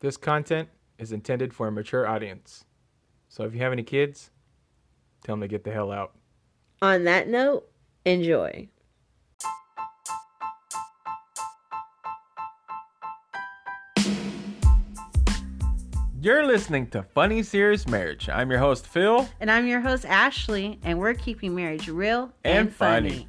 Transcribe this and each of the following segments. This content is intended for a mature audience. So if you have any kids, tell them to get the hell out. On that note, enjoy. You're listening to Funny Serious Marriage. I'm your host, Phil. And I'm your host, Ashley, and we're keeping marriage real And and, funny. funny.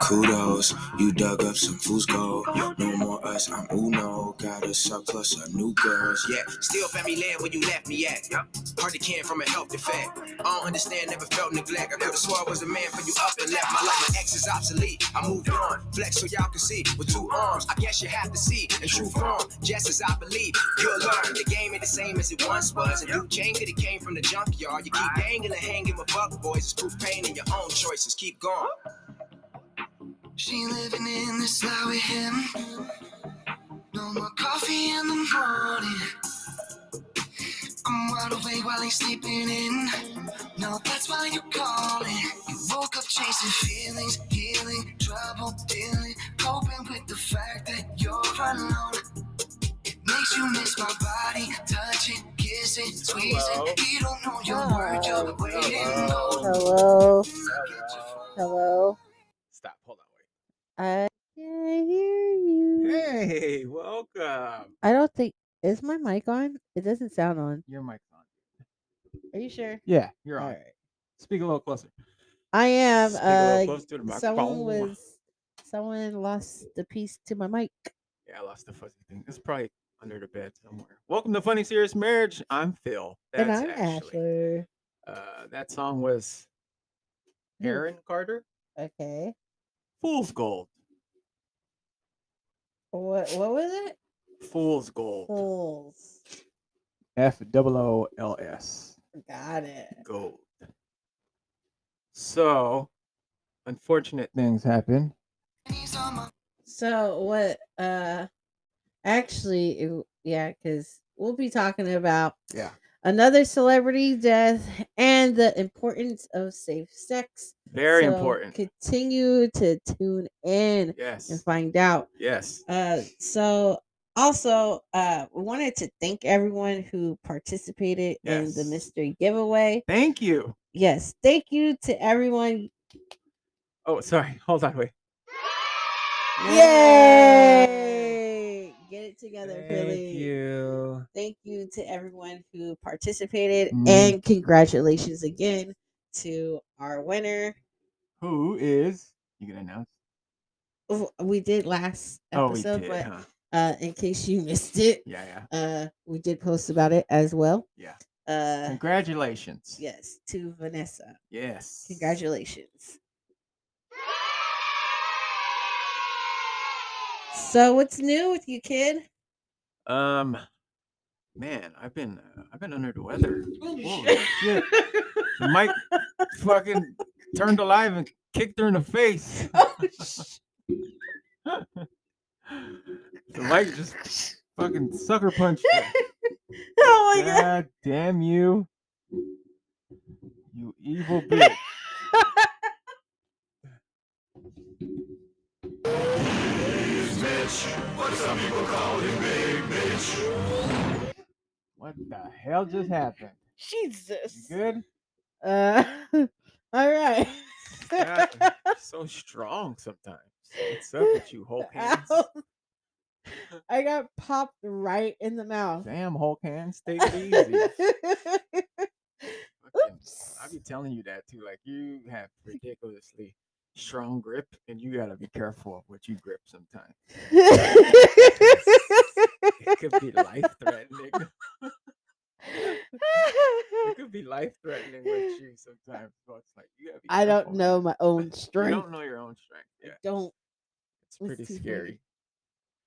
Kudos, you dug up some Fusco. No more us, I'm Uno. Got a surplus of new girls. Yeah, still family land where you left me at. Hard to can from a health defect. I don't understand, never felt neglect. I could've swore I was a man for you up and left. My life, my ex is obsolete. I moved on, flex so y'all can see. With two arms, I guess you have to see. In true form, just as I believe, you'll learn. The game ain't the same as it once was. And do change that it came from the junkyard. You keep dangling and hanging with buck boys. It's proof pain in your own choices. Keep going. She living in this now with him. No more coffee in the morning. I'm wide awake while he's sleeping in. No, that's why you're calling. You woke up chasing feelings, healing, trouble dealing, coping with the fact that you're alone. It makes you miss my body, touch it, kiss it, squeeze it. You don't know your word, you're waiting on. Hello. Hello. Stop. Hold on. I can't hear you. Wait. Hey, welcome. I don't think is my mic on? It doesn't sound on. Your mic's on. Are you sure? Yeah, you're All on. right. Speak a little closer. I am. Speak a little Uh, closer to the someone microphone. was. Someone lost the piece to my mic. Yeah, I lost the fuzzy thing. It's probably under the bed somewhere. Welcome to Funny Serious Marriage. I'm Phil. and That's I'm Ashley. Ashley. Uh, that song was Hmm. Aaron Carter. Okay. Fool's Gold. What? What was it? Fool's Gold. Fools. F double O L S. Got it. Gold. So, unfortunate things happen. He's on my So what? Uh, actually, it, w- yeah, because we'll be talking about Yeah. another celebrity death and the importance of safe sex. Very So important. Continue to tune in and yes. find out. Yes. Uh, so also, uh, we wanted to thank everyone who participated in Yes. the mystery giveaway. Thank you. Yes, thank you to everyone. Oh, sorry. Hold on. Wait. Yay! Get it together, Philly. you. thank you to everyone who participated Mm. and congratulations again to our winner Who is? You can announce. Oh, we did last oh, we episode did. but huh? uh in case you missed it Yeah, yeah. uh we did post about it as well Yeah. uh Congratulations. yes to vanessa Yes. congratulations so what's new with you kid Um, man, I've been uh, I've been under the weather. Holy shit. The mic fucking turned alive and kicked her in the face. oh, sh- The mic just fucking sucker punched her. oh my god God damn you. You evil bitch. What the hell just happened? You jesus good? uh all right God, you're so strong sometimes. What's up with you, Hulk hands? Ow. Oh. I got popped right in the mouth. Damn, Hulk hands, take it easy. Fucking- I be telling you that too. Like you have ridiculously strong grip, and you gotta be careful of what you grip sometimes. It could be life threatening. it could be life threatening with you sometimes. So it's like you gotta be I don't careful, know man. my own You strength. don't know your own strength. Yeah, Don't. it's It's pretty too funny. scary.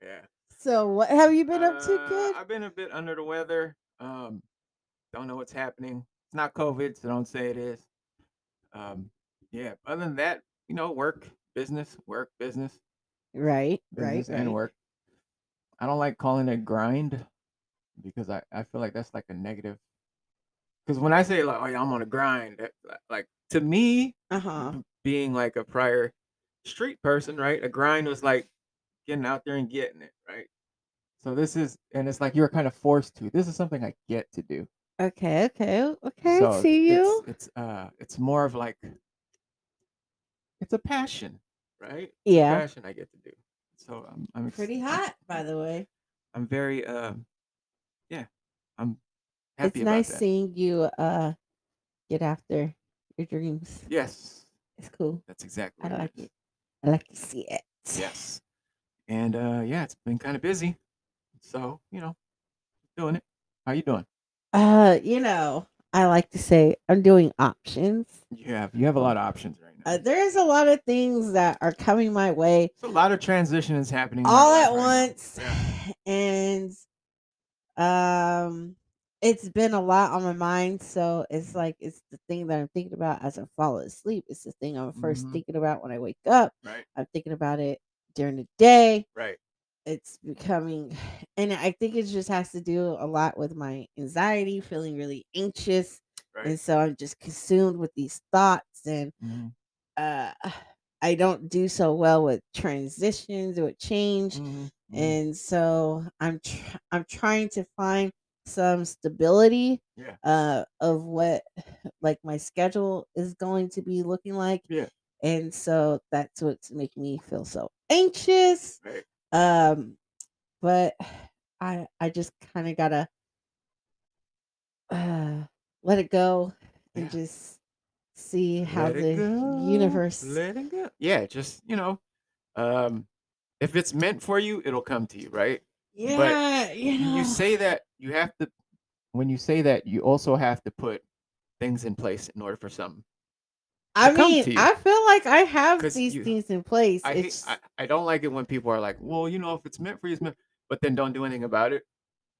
Yeah. So what have you been up to, Uh, kid? I've been a bit under the weather. Um, don't know what's happening. It's not COVID, so don't say it is. Um, yeah. Other than that, you know, work, business, work, business. Right, right, business and right. work. I don't like calling it grind because I, I feel like that's like a negative. Because when I say like, oh yeah, I'm on a grind, it- li- like to me, Uh huh. b- being like a prior street person, right? A grind was like getting out there and getting it, right? So this is, and it's like you're kind of forced to. This is something I get to do. Okay, okay, okay. So see you. It's, it's uh, it's more of like, it's a passion, right? Yeah. Passion I get to do. So I'm, I'm ex- Pretty I'm- hot, by the way. I'm very um yeah. I'm It's happy about nice that. seeing you uh get after your dreams. Yes. It's cool. That's exactly I what like is. it. I like to see it. Yes. And uh yeah, it's been kind of busy. So, you know, doing it. How you doing? Uh, you know, I like to say I'm doing options. You have you have a lot of options right now. Uh, there is a lot of things that are coming my way There's a lot of transition is happening in my all life at right now. once, Yeah. and um, it's been a lot on my mind. So it's like it's the thing that I'm thinking about as I fall asleep. It's the thing I'm 1st Mhm. thinking about when I wake up. Right. I'm thinking about it during the day. Right. it's becoming and i think it just has to do a lot with my anxiety feeling really anxious Right. and so i'm just consumed with these thoughts and Mhm, uh i don't do so well with transitions with change mhm, mhm. and so i'm tr- i'm trying to find some stability Yeah. uh of what like my schedule is going to be looking like Yeah. and so that's what's making me feel so anxious Right. um but i i just kind of gotta uh let it go and Yeah. just see how Let it the go, universe let it go. Yeah, just you know, um if it's meant for you, it'll come to you, right? yeah you you- know you say that you have to when you say that you also have to put things in place in order for something I to come mean, to you. I feel like I have 'Cause these you- things in place. I, hate, it's I i don't like it when people are like well you know if it's meant for you it's meant but then don't do anything about it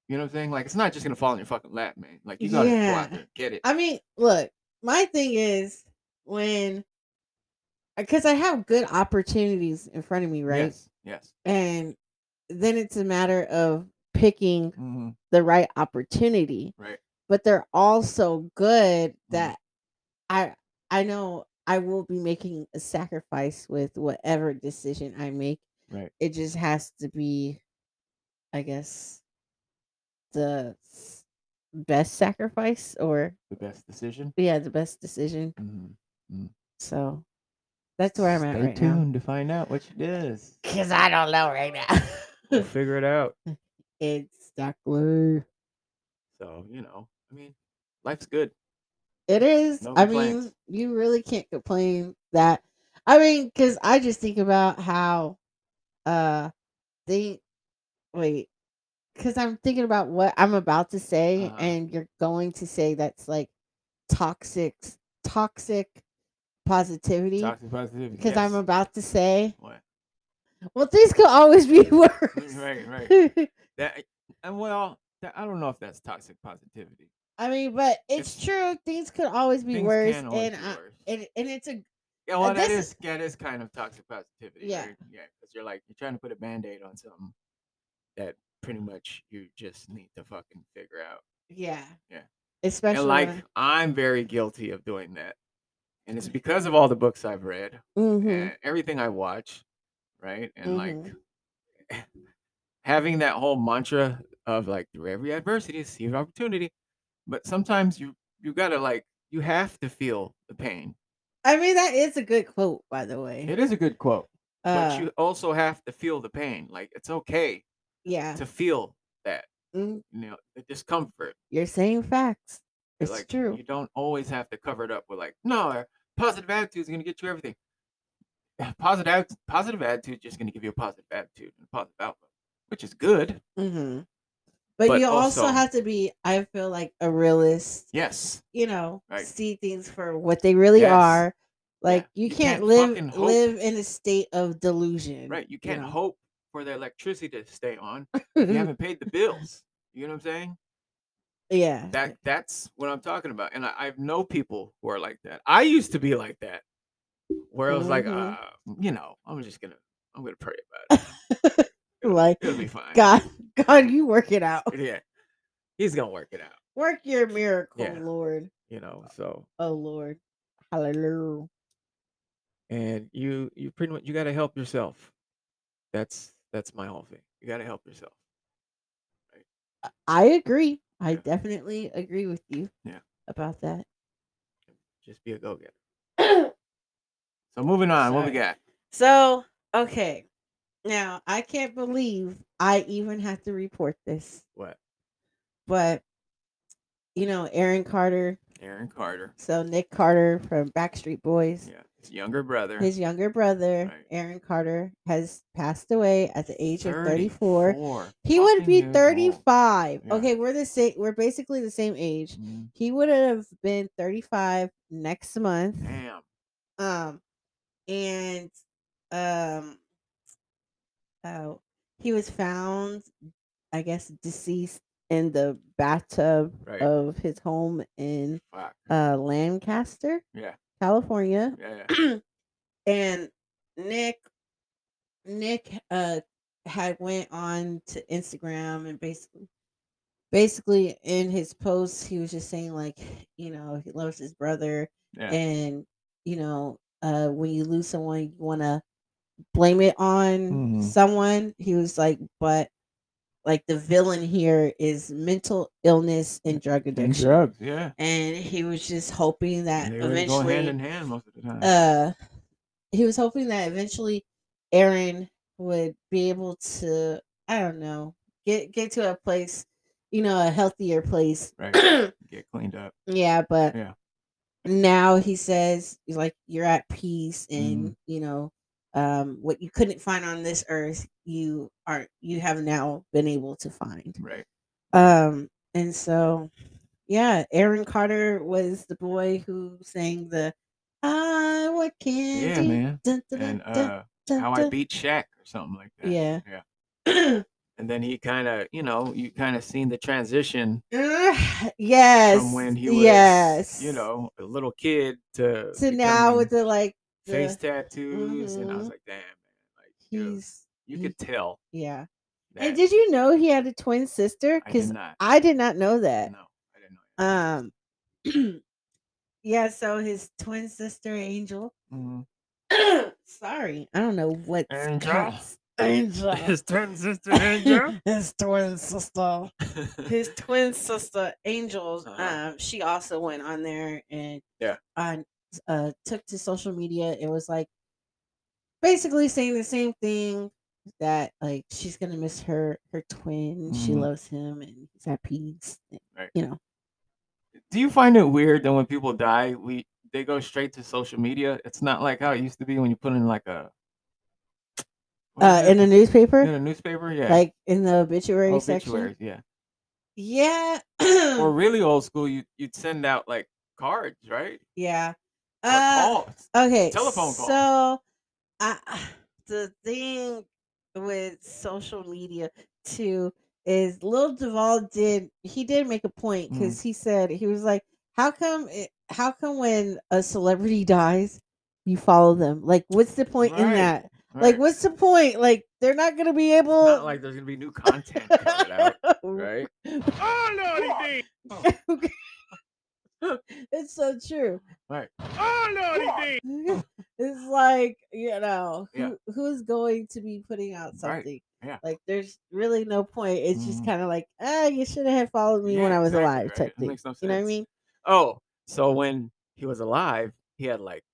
you know what i'm saying like it's not just gonna fall in your fucking lap man like you gotta go Yeah. out there and get it I mean, look, my thing is when because I have good opportunities in front of me, right? yes yes And then it's a matter of picking Mhm. the right opportunity. Right. Mm. But they're all so good that I I know I will be making a sacrifice with whatever decision I make. Right. It just has to be I guess the s- best sacrifice or the best decision yeah, the best decision. Mhm. So that's where I'm at stay right now. tuned to find out what it is Cause I don't know right we'll now. figure it out it's Duckler. so you know i mean life's good It is. No I complaints. mean, you really can't complain that. I mean, because I just think about how, uh, think, wait, because I'm thinking about what I'm about to say, Uh-huh. and you're going to say that's like toxic, toxic positivity. toxic positivity Because I'm yes. about to say, what Mm, well, things could always be worse. right right That and well, that, I don't know if that's toxic positivity. I mean, but it's It's- true. Things could always be Things worse, can and always be I, worse. and and it's a yeah, well, that this- is that is kind of toxic positivity. Yeah. right? yeah, because you're like you're trying to put a band aid on something that pretty much you just need to fucking figure out. yeah Yeah. Especially and like when- I'm very guilty of doing that, and it's because of all the books I've read, Mhm. and everything I watch, right? And Mhm. like having that whole mantra of like through every adversity, see an opportunity. But sometimes you you gotta like you have to feel the pain. I mean, that is a good quote, by the way. It is a good quote, uh, but you also have to feel the pain. Like it's okay yeah, to feel that, Mm, you know, the discomfort. you're saying facts. that, It's like true. You don't always have to cover it up with like, no, our positive attitude is gonna get you everything. Positive act- positive attitude is just gonna give you a positive attitude and a positive outlook, which is good. hmm But, but you also, also- have to be, I feel like, a realist. Yes. You know, Right. see things for what they really Yes. are. Like you, You can't, can't fucking live hope. live in a state of delusion. Right. You can't know? hope for the electricity to stay on. Mm-hmm. you haven't paid the bills. You know what I'm saying? yeah. That that's what I'm talking about. And I, I know people who are like that. I used to be like that, where I was like, Mhm. uh, you know, I'm just gonna I'm gonna pray about it. like It'll be fine. God, God, you work it out. Yeah, he's gonna work it out. Work your miracle, Yeah. Lord. You know. So Oh Lord. Hallelujah. and you you pretty much you gotta help yourself. That's that's my whole thing. You gotta help yourself. I agree. I Yeah. definitely agree with you Yeah. about that. Just be a go getter. So moving on, what we Sorry. got? So, okay. Now, I can't believe I even have to report this, What? but you know, Aaron Carter, Aaron Carter. so Nick Carter from Backstreet Boys, Yeah, his younger brother. his younger brother, Right. Aaron Carter, has passed away at the age of 34. 34. He would Fucking be years old. 35. Yeah. Okay, we're the same we're basically the same age. Mhm. He would have been 35 next month. Damn. um and um oh he was found i guess deceased in the bathtub Right. of his home in Fuck. uh lancaster Yeah. california Yeah. yeah. and nick nick uh had went on to instagram and basically basically in his posts he was just saying like you know he loves his brother Yeah. and you know uh when you lose someone you want to blame it on Mhm. someone he was like but like the villain here is mental illness and drug And addiction drugs. Yeah. and he was just hoping that And they really go eventually hand in hand most of the time. uh he was hoping that eventually Aaron would be able to I don't know get get to a place you know a healthier place right. Get cleaned up. yeah but Yeah. now he says he's like you're at peace Mhm. and you know um what you couldn't find on this earth you are you have now been able to find Right. um and so yeah aaron carter was the boy who sang the i what can Yeah, man. And uh, how I beat Shaq or something like that. yeah And then he kind of, you know, you kind of seen the transition yes from when he was, yes you know, a little kid to so now with becoming the like the, face tattoos, and I was Mhm. like, damn, man, like dude, he's you he- could tell. yeah That. and did you know he had a twin sister I did because not. I, did not know No, I that didn't know. that. um yeah so his twin sister angel Mhm. sorry i don't know what Angel? angel His twin sister his twin sister his twin sister angels Uh-huh. um she also went on there and Yeah. on uh took to social media and was like basically saying the same thing that like she's gonna miss her her twin she Mhm. loves him and he's at peace and, Right. you know Do you find it weird that when people die, we they go straight to social media? It's not like how it used to be when you put in like a what uh is it? in a newspaper in a newspaper, yeah, like in the obituary section obituaries, yeah. yeah Or really old school, you you'd send out like cards, right? yeah Or uh calls. okay telephone calls. so i the thing with social media too is lil duval did he did make a point Mm-hmm. because he said he was like how come it, how come when a celebrity dies you follow them like what's the point in Right, that Right. like what's the point like they're not gonna be able It's not like there's gonna be new content coming out, right? Oh, Lordy D. it's so true Oh, Lordy D. it's like you know who, Yeah. who's going to be putting out Right. something Yeah. like there's really no point it's just Mhm. kind of like ah you should have followed me when Yeah, i was exactly, alive right? type It thing makes no you know what i sense. mean Oh, so when he was alive, he had like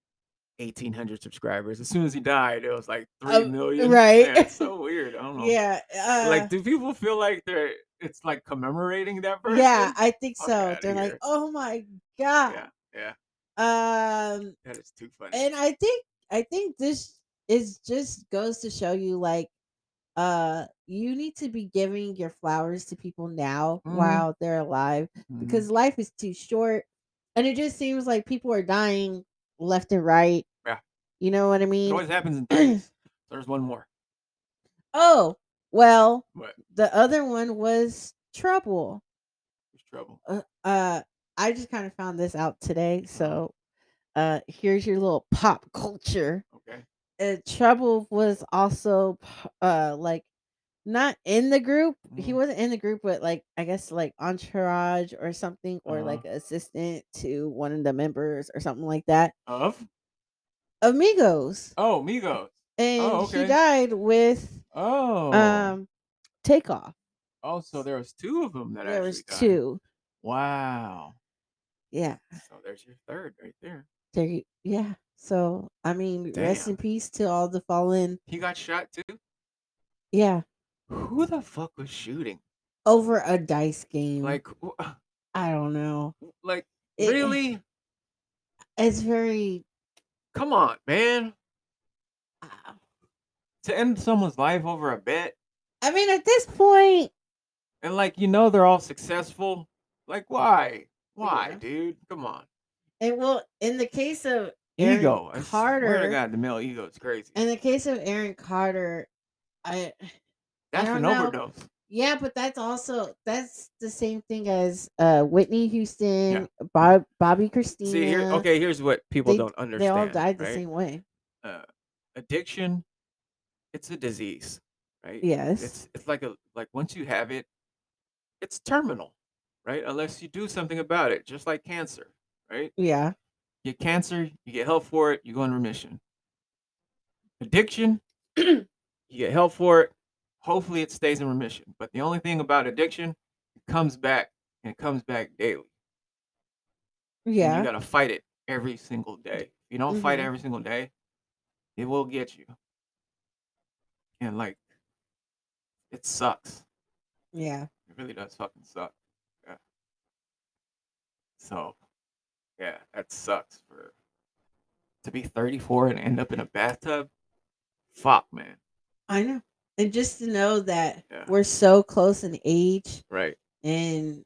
1,800 subscribers. As soon as he died, it was like three Um, million. right. Yeah, it's so weird. I don't know. yeah uh, Like, do people feel like they're, it's like commemorating that person? yeah i think Fuck so outta they're like here. oh my god Yeah, yeah. um That is too funny. and i think i think this is just goes to show you like uh you need to be giving your flowers to people now Mhm. while they're alive Mhm. because life is too short and it just seems like people are dying left and right Yeah. you know what i it mean always happens in threes. There's one more. oh well What? the other one was trouble There's trouble. uh, uh i just kind of found this out today so uh here's your little pop culture Okay. uh, Trouble was also p- uh like not in the group. He Mhm. wasn't in the group, but like I guess like entourage or something, or Uh-huh. like assistant to one of the members or something like that. Of? Amigos, Oh, Migos. and Oh, okay. he died with Oh. um takeoff. oh, so there was two of them that There actually was died. two. Wow. Yeah, So there's your third right there. there. You, yeah. So I mean, rest Damn. in peace to all the fallen. He got shot too. Yeah, Who the fuck was shooting? over a dice game. Like, wh- I don't know. like It- really? It's very. Come on, man. uh, To end someone's life over a bet I mean, at this point, and like you know they're all successful. Like, why? Why, Yeah. dude? Come on. and well, in the case of Aaron Ego. I swear to Carter- God, the male ego is crazy. in the case of Aaron Carter, I That's don't an know. overdose. yeah, but that's also that's the same thing as uh Whitney Houston, Bob Bobby Christina. See here, okay. Here's what people uh, they- don't they understand. all died the right? same way. Addiction, it's a disease, right? Yes, It's it's like a like once you have it, it's terminal, right? Unless you do something about it, just like cancer, right? yeah, You get cancer, you get help for it, you go in remission. Addiction, you get help for it. Hopefully, it stays in remission. But the only thing about addiction, it comes back and it comes back daily. and yeah. You gotta fight it every single day. If you don't fight Mhm. every single day, it will get you. And like it sucks. yeah, It really does fucking suck. Yeah. So yeah, that sucks for to be 34 and end up in a bathtub. Fuck man. I know. And just to know that Yeah. we're so close in age, Right. and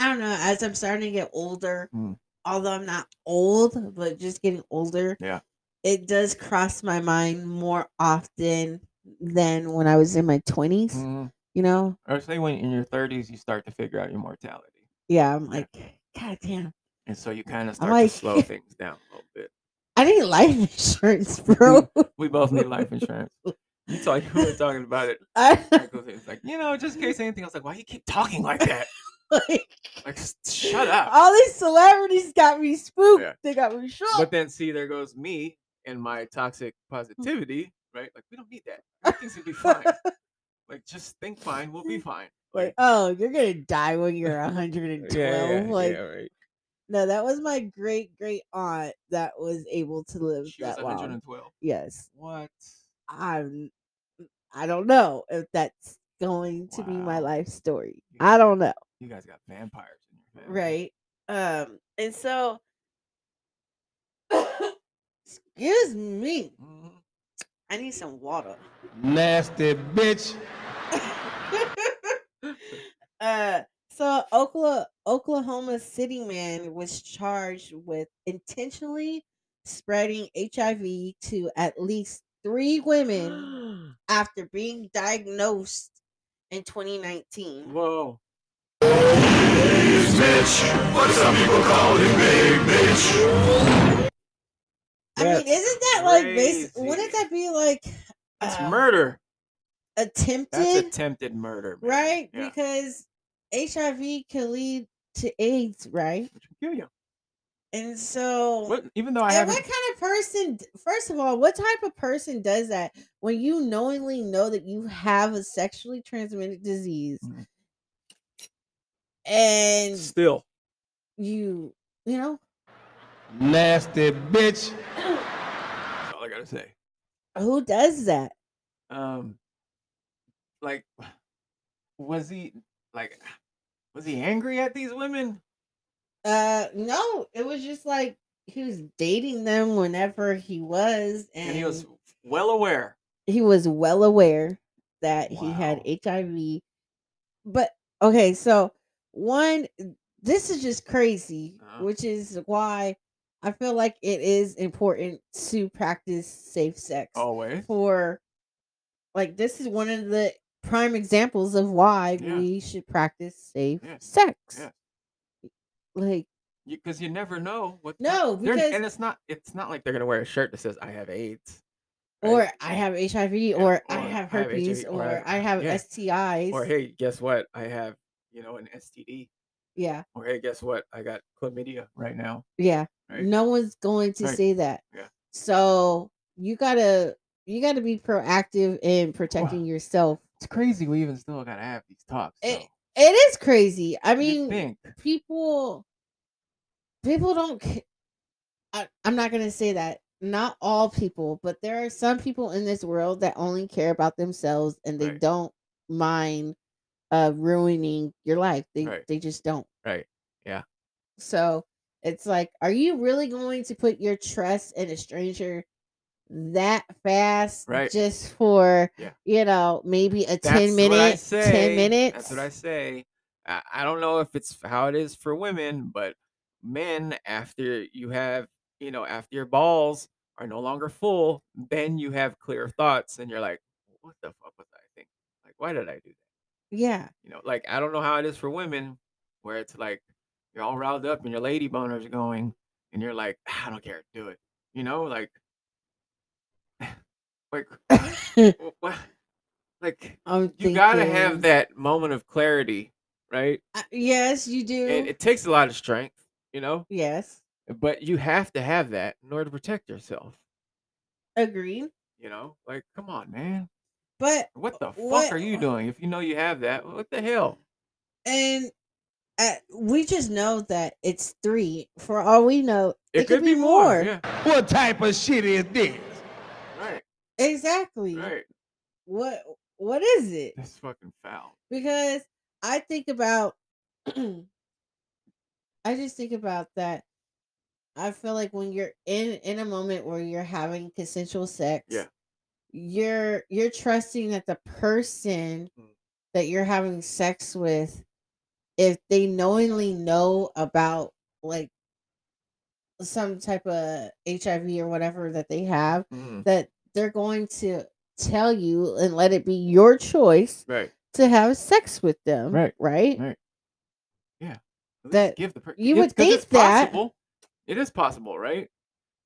I don't know, as I'm starting to get older, Mm. although I'm not old, but just getting older, Yeah. it does cross my mind more often than when I was in my 20s, Mm. you know? Or say when in your 30s you start to figure out your mortality. Yeah, I'm Yeah. like, God damn, And so you kind of start like- to slow things down a little bit. I need life insurance, bro. We both need life insurance. You talk, we were talking about it I- Michael's it's like, you know, just in case anything. I was like, why you keep talking like that? like, Like, s- shut up. all these celebrities got me spooked. They got me shook. But then, see, there goes me and my toxic Mm. positivity, right? Like, we don't need that. Everything's gonna be fine. Like, just think fine. We'll Mm. be fine. like, oh, you're gonna die when you're 112. like, right. no, that was my great great aunt that was able to live She was that long. 112. Yes, What? I'm. mm, I don't know if that's going to be my Wow. life story. Yeah. I don't know. You guys got vampires in your family. Right. Um. And so, excuse me. Mhm. I need some water. Nasty bitch. uh so Oklahoma Oklahoma City man was charged with intentionally spreading HIV to at least 3 women after being diagnosed in 2019. Whoa. I mean, isn't that like basi- crazy. wouldn't that be like That's uh, murder. That's attempted, attempted murder. man. right? Yeah. Because HIV can lead to AIDS, right? Which will kill you. And so What, even though I and haven't. what kind of person d- first of all what type of person does that when you knowingly know that you have a sexually transmitted disease Mhm. and Still. you you know Nasty bitch. That's all I gotta say. who does that um like was he like was he angry at these women uh no it was just like he was dating them whenever he was and, and he was well aware he was well aware that he had Wow. hiv but okay so one this is just crazy Uh-huh. which is why i feel like it is important to practice safe sex always for like this is one of the prime examples of why Yeah. we should practice safe Yeah. sex Yeah. like because you, never know what no they're- because and it's not it's not like they're gonna wear a shirt that says i have aids or I have HIV, or I or I have have HIV, herpes, or I or have- I have yeah. STIs. or hey, guess what? I have, you know, an STD. yeah, Or hey, guess what? I got chlamydia right now. yeah. Right. No one's going to Right. say that. Yeah. So you gotta you gotta be proactive in protecting yourself. It's crazy. We even still gotta have these talks. It- though. It is crazy. I What do you mean, think people people don't ca- I, i'm not going to say that not all people but there are some people in this world that only care about themselves and they Right. don't mind uh ruining your life they Right. they just don't Right. Yeah. so it's like are you really going to put your trust in a stranger that fast Right. just for Yeah. you know maybe a That's 10 what I minute 10 say. minutes That's what I say. I, I don't know if it's how it is for women, but men, after you have, you know, after your balls are no longer full, then you have clear thoughts and you're like, what the fuck was I thinking? Like, why did I do that? yeah You know, like, I don't know how it is for women where it's like you're all riled up and your lady boner's going and you're like, "Ah, I don't care, do it. You know, like, like, what? Like, i'm you gotta have thinking- that moment of clarity, right? I- yes you do And it takes a lot of strength, you know, Yes. but you have to have that in order to protect yourself, Agreed. you know? Like, come on, man. But What the What- fuck are you doing if you know you have that? What the hell? and uh, we just know that it's three. For all we know, It, could, be, more. Yeah. What type of shit is this? Right. Exactly. Right. What What is it? That's fucking foul. Because I think about, I just think about that. I feel like when you're in in a moment where you're having consensual sex, Yeah. you're you're trusting that the person Mm. that you're having sex with, if they knowingly know about like some type of HIV or whatever that they have, Mhm. that they're going to tell you and let it be your choice Right. to have sex with them. Right, Right. right. At least That give the per- it's- you would 'cause it's think that- possible. It is possible, right?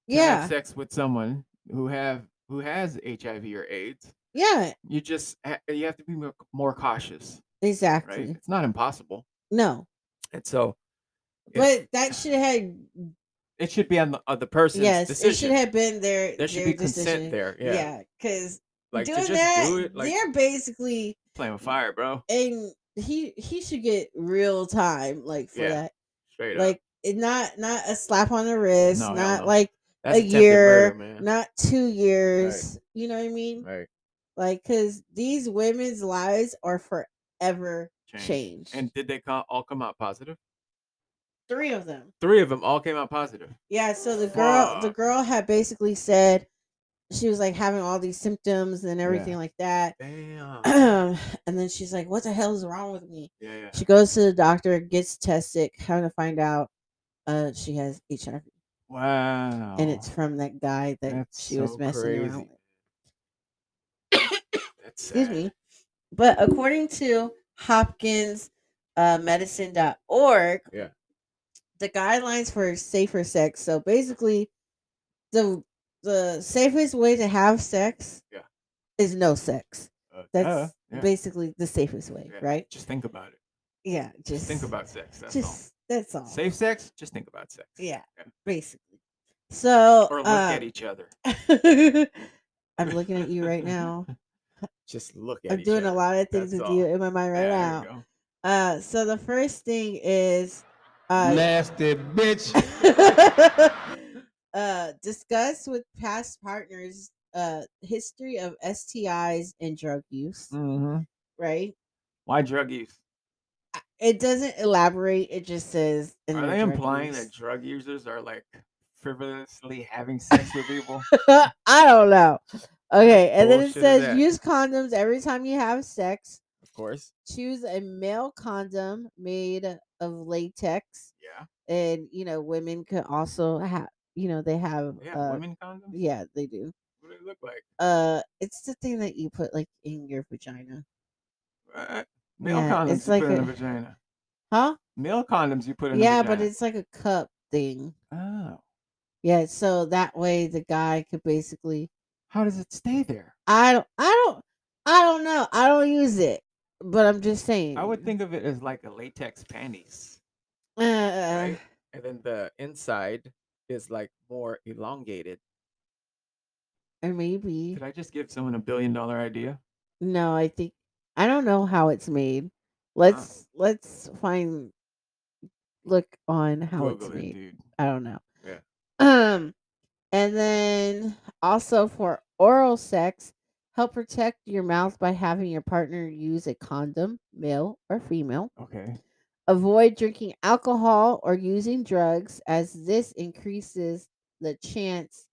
To have Yeah. sex with someone who have who has HIV or AIDS. Yeah. you just ha- you have to be mo- more cautious right Exactly. it's not impossible No. and so it's- But that should have it should be on the, on the person's yes, decision it should have been their there should their be decision. consent there yeah, Yeah, because like to doing just that, do it like they're basically playing with fire bro and he he should get real time like for Yeah, that. straight up Like it not not a slap on the wrist, No, hell not no. like That's a attempted year, murder, man. not two years. You know what I mean? right Like, cause these women's lives are forever Changed. changed. and did they co- all come out positive three of them. three of them all came out positive Yeah, so the girl the Fuck. girl had basically said she was like having all these symptoms and everything like that. damn yeah and then she's like, "What the hell is wrong with me?" yeah She goes to the doctor, gets tested, kind of find out uh she has HIV, wow and it's from that guy that That's she was so messing around crazy. with. That's Excuse sad. me. But according to Hopkins uh, medicine.org, Yeah. the guidelines for safer sex. So basically the the safest way to have sex Yeah. is no sex. Uh, That's duh, yeah, basically the safest way, yeah. right? just think about it Yeah. just Just think about sex that's just that's all. all safe sex just think about sex Yeah, Uh, Yeah. basically. So or look at each other it. I'm looking at you right now. just look at I'm each doing a other. lot of things That's with you all. in my mind right Yeah, now. there you go. Uh, so the first thing is, uh, Nasty bitch. uh, discuss with past partners uh history of STIs and drug use. Mm. Mm-hmm. Right? Why drug use? I- It doesn't elaborate. It just says. and Are their they drug implying use. that drug users are like frivolously having sex with people? I don't know. Okay, and then it bullshit is says that? use condoms every time you have sex. Of course. Choose a male condom made of latex, Yeah. and you know women can also have. You know they have. They have uh, women condoms? Yeah, they do. What do they look like? Uh, it's the thing that you put like in your vagina, What? Male Yeah, condoms it's you like put in a- a vagina. huh? Male condoms you put in yeah, a vagina. but it's like a cup thing. Oh. Yeah, so that way the guy could basically How does it stay there? I don't. I don't. I don't know. I don't use it, but I'm just saying. I would think of it as like a latex panties, Uh, right? And then the inside is like more elongated. And maybe Could I just give someone a billion dollar idea? no. I think I don't know how it's made. Let's let's find look on how it's Google it, made. dude. I don't know. Yeah. Um, and then also for oral sex, help protect your mouth by having your partner use a condom, male or female. Okay. Avoid drinking alcohol or using drugs, as this increases the chance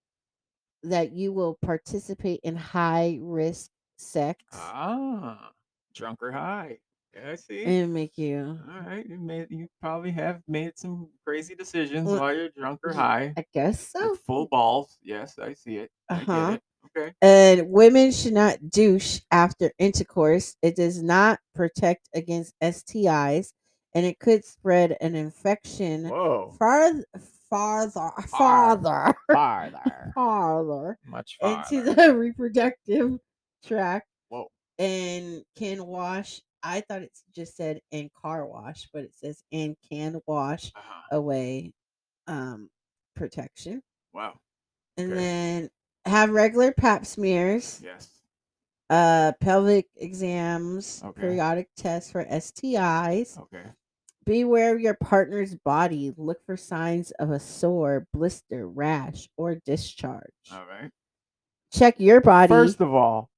that you will participate in high risk sex Ah, drunk or high. Yeah, I see. and make you, All right, you made you probably have made some crazy decisions Well, while you're drunk or y- high. I guess with so. Full balls. Yes, I see it. I get Uh-huh. it. Okay. And women should not douche after intercourse. It does not protect against STIs, and it could spread an infection Whoa. farther, farther, Far. farther, Farther. farther Much farther. into the reproductive tract. Whoa. And can wash. I thought it just said and car wash, but it says and can wash Uh-huh. away um, protection. Wow. And Okay. then have regular pap smears Yes. uh pelvic exams Okay. Oh. periodic tests for stis Okay. beware of your partner's body look for signs of a sore blister rash or discharge All right. check your body Oh. First of all,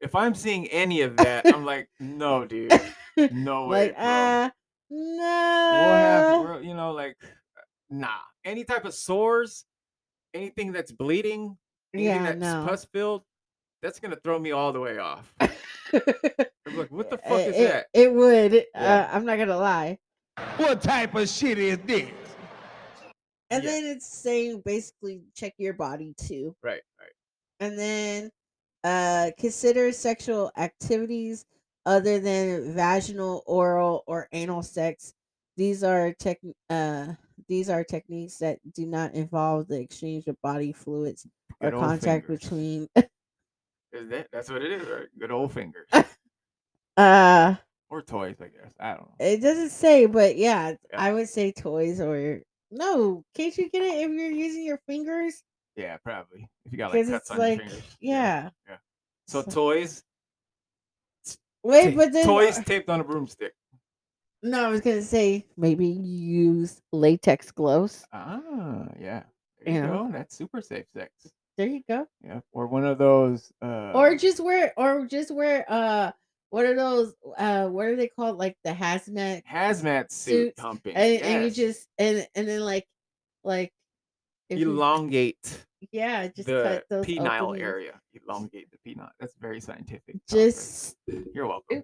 if I'm seeing any of that, I'm like, no, dude, no way, like bro. uh we'll have, no we'll- you know, like, uh, nah. Any type of sores, anything that's bleeding, anything yeah that's no pus filled, that's gonna throw me all the way off. I'm like, what the fuck it, is it- that? it would Yeah. uh, i'm not gonna lie What type of shit is this? and Yeah. then it's saying basically check your body too Right, right. and then uh consider sexual activities other than vaginal oral or anal sex these are tech uh these are techniques that do not involve the exchange of body fluids or Good old contact fingers. between Is that that's what it is, right? Good old fingers. uh or toys, I guess. I don't know. it doesn't say but yeah, Yeah. i would say toys or no can't you get it if you're using your fingers Yeah, probably. If you got like because cuts it's on like your fingers. yeah So so- toys, wait ta- but then uh toys taped on a broomstick. no i was gonna say maybe use latex gloves Ah, yeah. There you Yeah. go. That's super safe sex. there you go Yeah. Or one of those. Uh, or just wear or just wear uh what are those uh what are they called like the hazmat hazmat suit suits, humping. and, and you yes. just and and then like like if you- elongate yeah just the cut those penile openings. area. Elongate the penile. That's very scientific. Doctor. just You're welcome.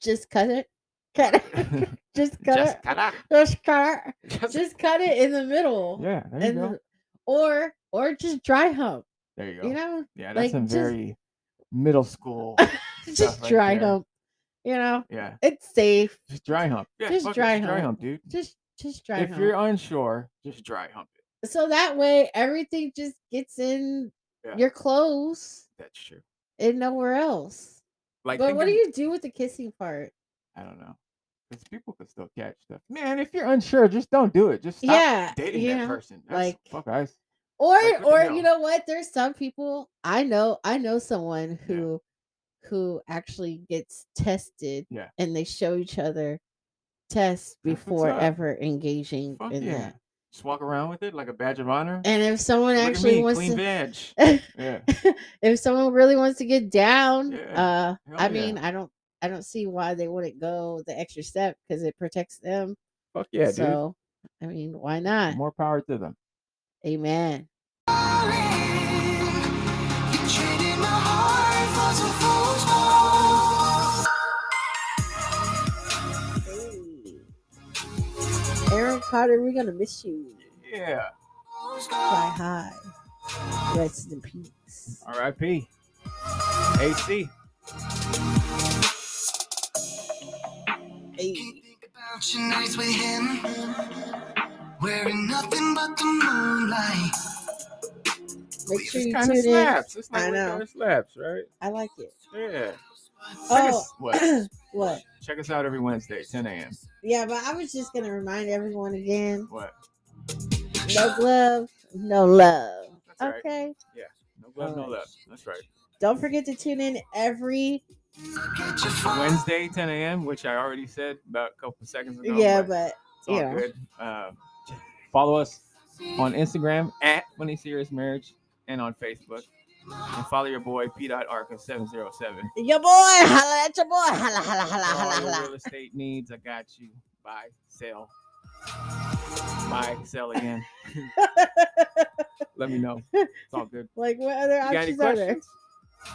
just cut it cut it just cut Just it cut just cut it Just, just cut it in the middle yeah. There you and go. the- or or just dry hump there you go. you know yeah, like, that's some just- very middle school. just Stuff right dry there. hump you know yeah. it's safe Just dry hump. Yeah, Just fuck it, dry dry hump. hump, dude. just just dry if hump you're unsure, just dry hump it. so that way everything just gets in Yeah. your clothes That's true. and nowhere else. Like, but what do thinking- you do with the kissing part? I don't know. Because people can still catch stuff. Man, if you're unsure, just don't do it. Just stop Yeah, dating you that know, person. That's, like- fuck guys. Or Like, what the or hell? you know what? There's some people I know I know someone Yeah. who who actually gets tested Yeah. and they show each other tests That's what's before up. ever engaging Fuck in yeah. that. Just walk around with it like a badge of honor. And if someone Look at actually me, wants clean to veg. Yeah. if someone really wants to get down, Yeah, uh, hell Oh, yeah. I mean, I don't, I don't see why they wouldn't go the extra step because it protects them. Fuck yeah, so, I mean, why not? dude. More power to them. Amen. Aaron Carter, we're gonna miss you. Yeah. Fly high. Rest in peace. R.I.P. AC. Hey, Can't think about your nights with him. Wearing nothing but the moonlight. Make sure This you kind of tune in. slaps. This like I know. kind of slaps, right? I like it. Yeah. Check Oh, us, what? what? Check us out every Wednesday, 10 a.m. Yeah, but I was just gonna remind everyone again: What? no glove, no love. That's right. Okay. No glove, no Alright. love. That's right. Don't forget to tune in every. Get your phone. Wednesday, 10 a.m., which I already said about a couple of seconds ago. yeah, but but Oh, It's all Yeah. good. Um, follow us on Instagram at When They Serious Marriage and on Facebook. And follow your boy P.Arca707. your boy, holla at your boy, holla, holla, holla, For all holla, your holla. real estate needs, I got you. Buy, sell. Buy, sell again. Let me know. It's all good. Like, what other You got any options are there? questions?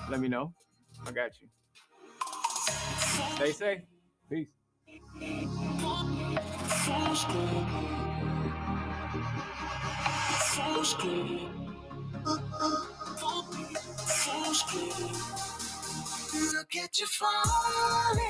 Let me know. I got you. Stay safe. Peace. Look at you falling.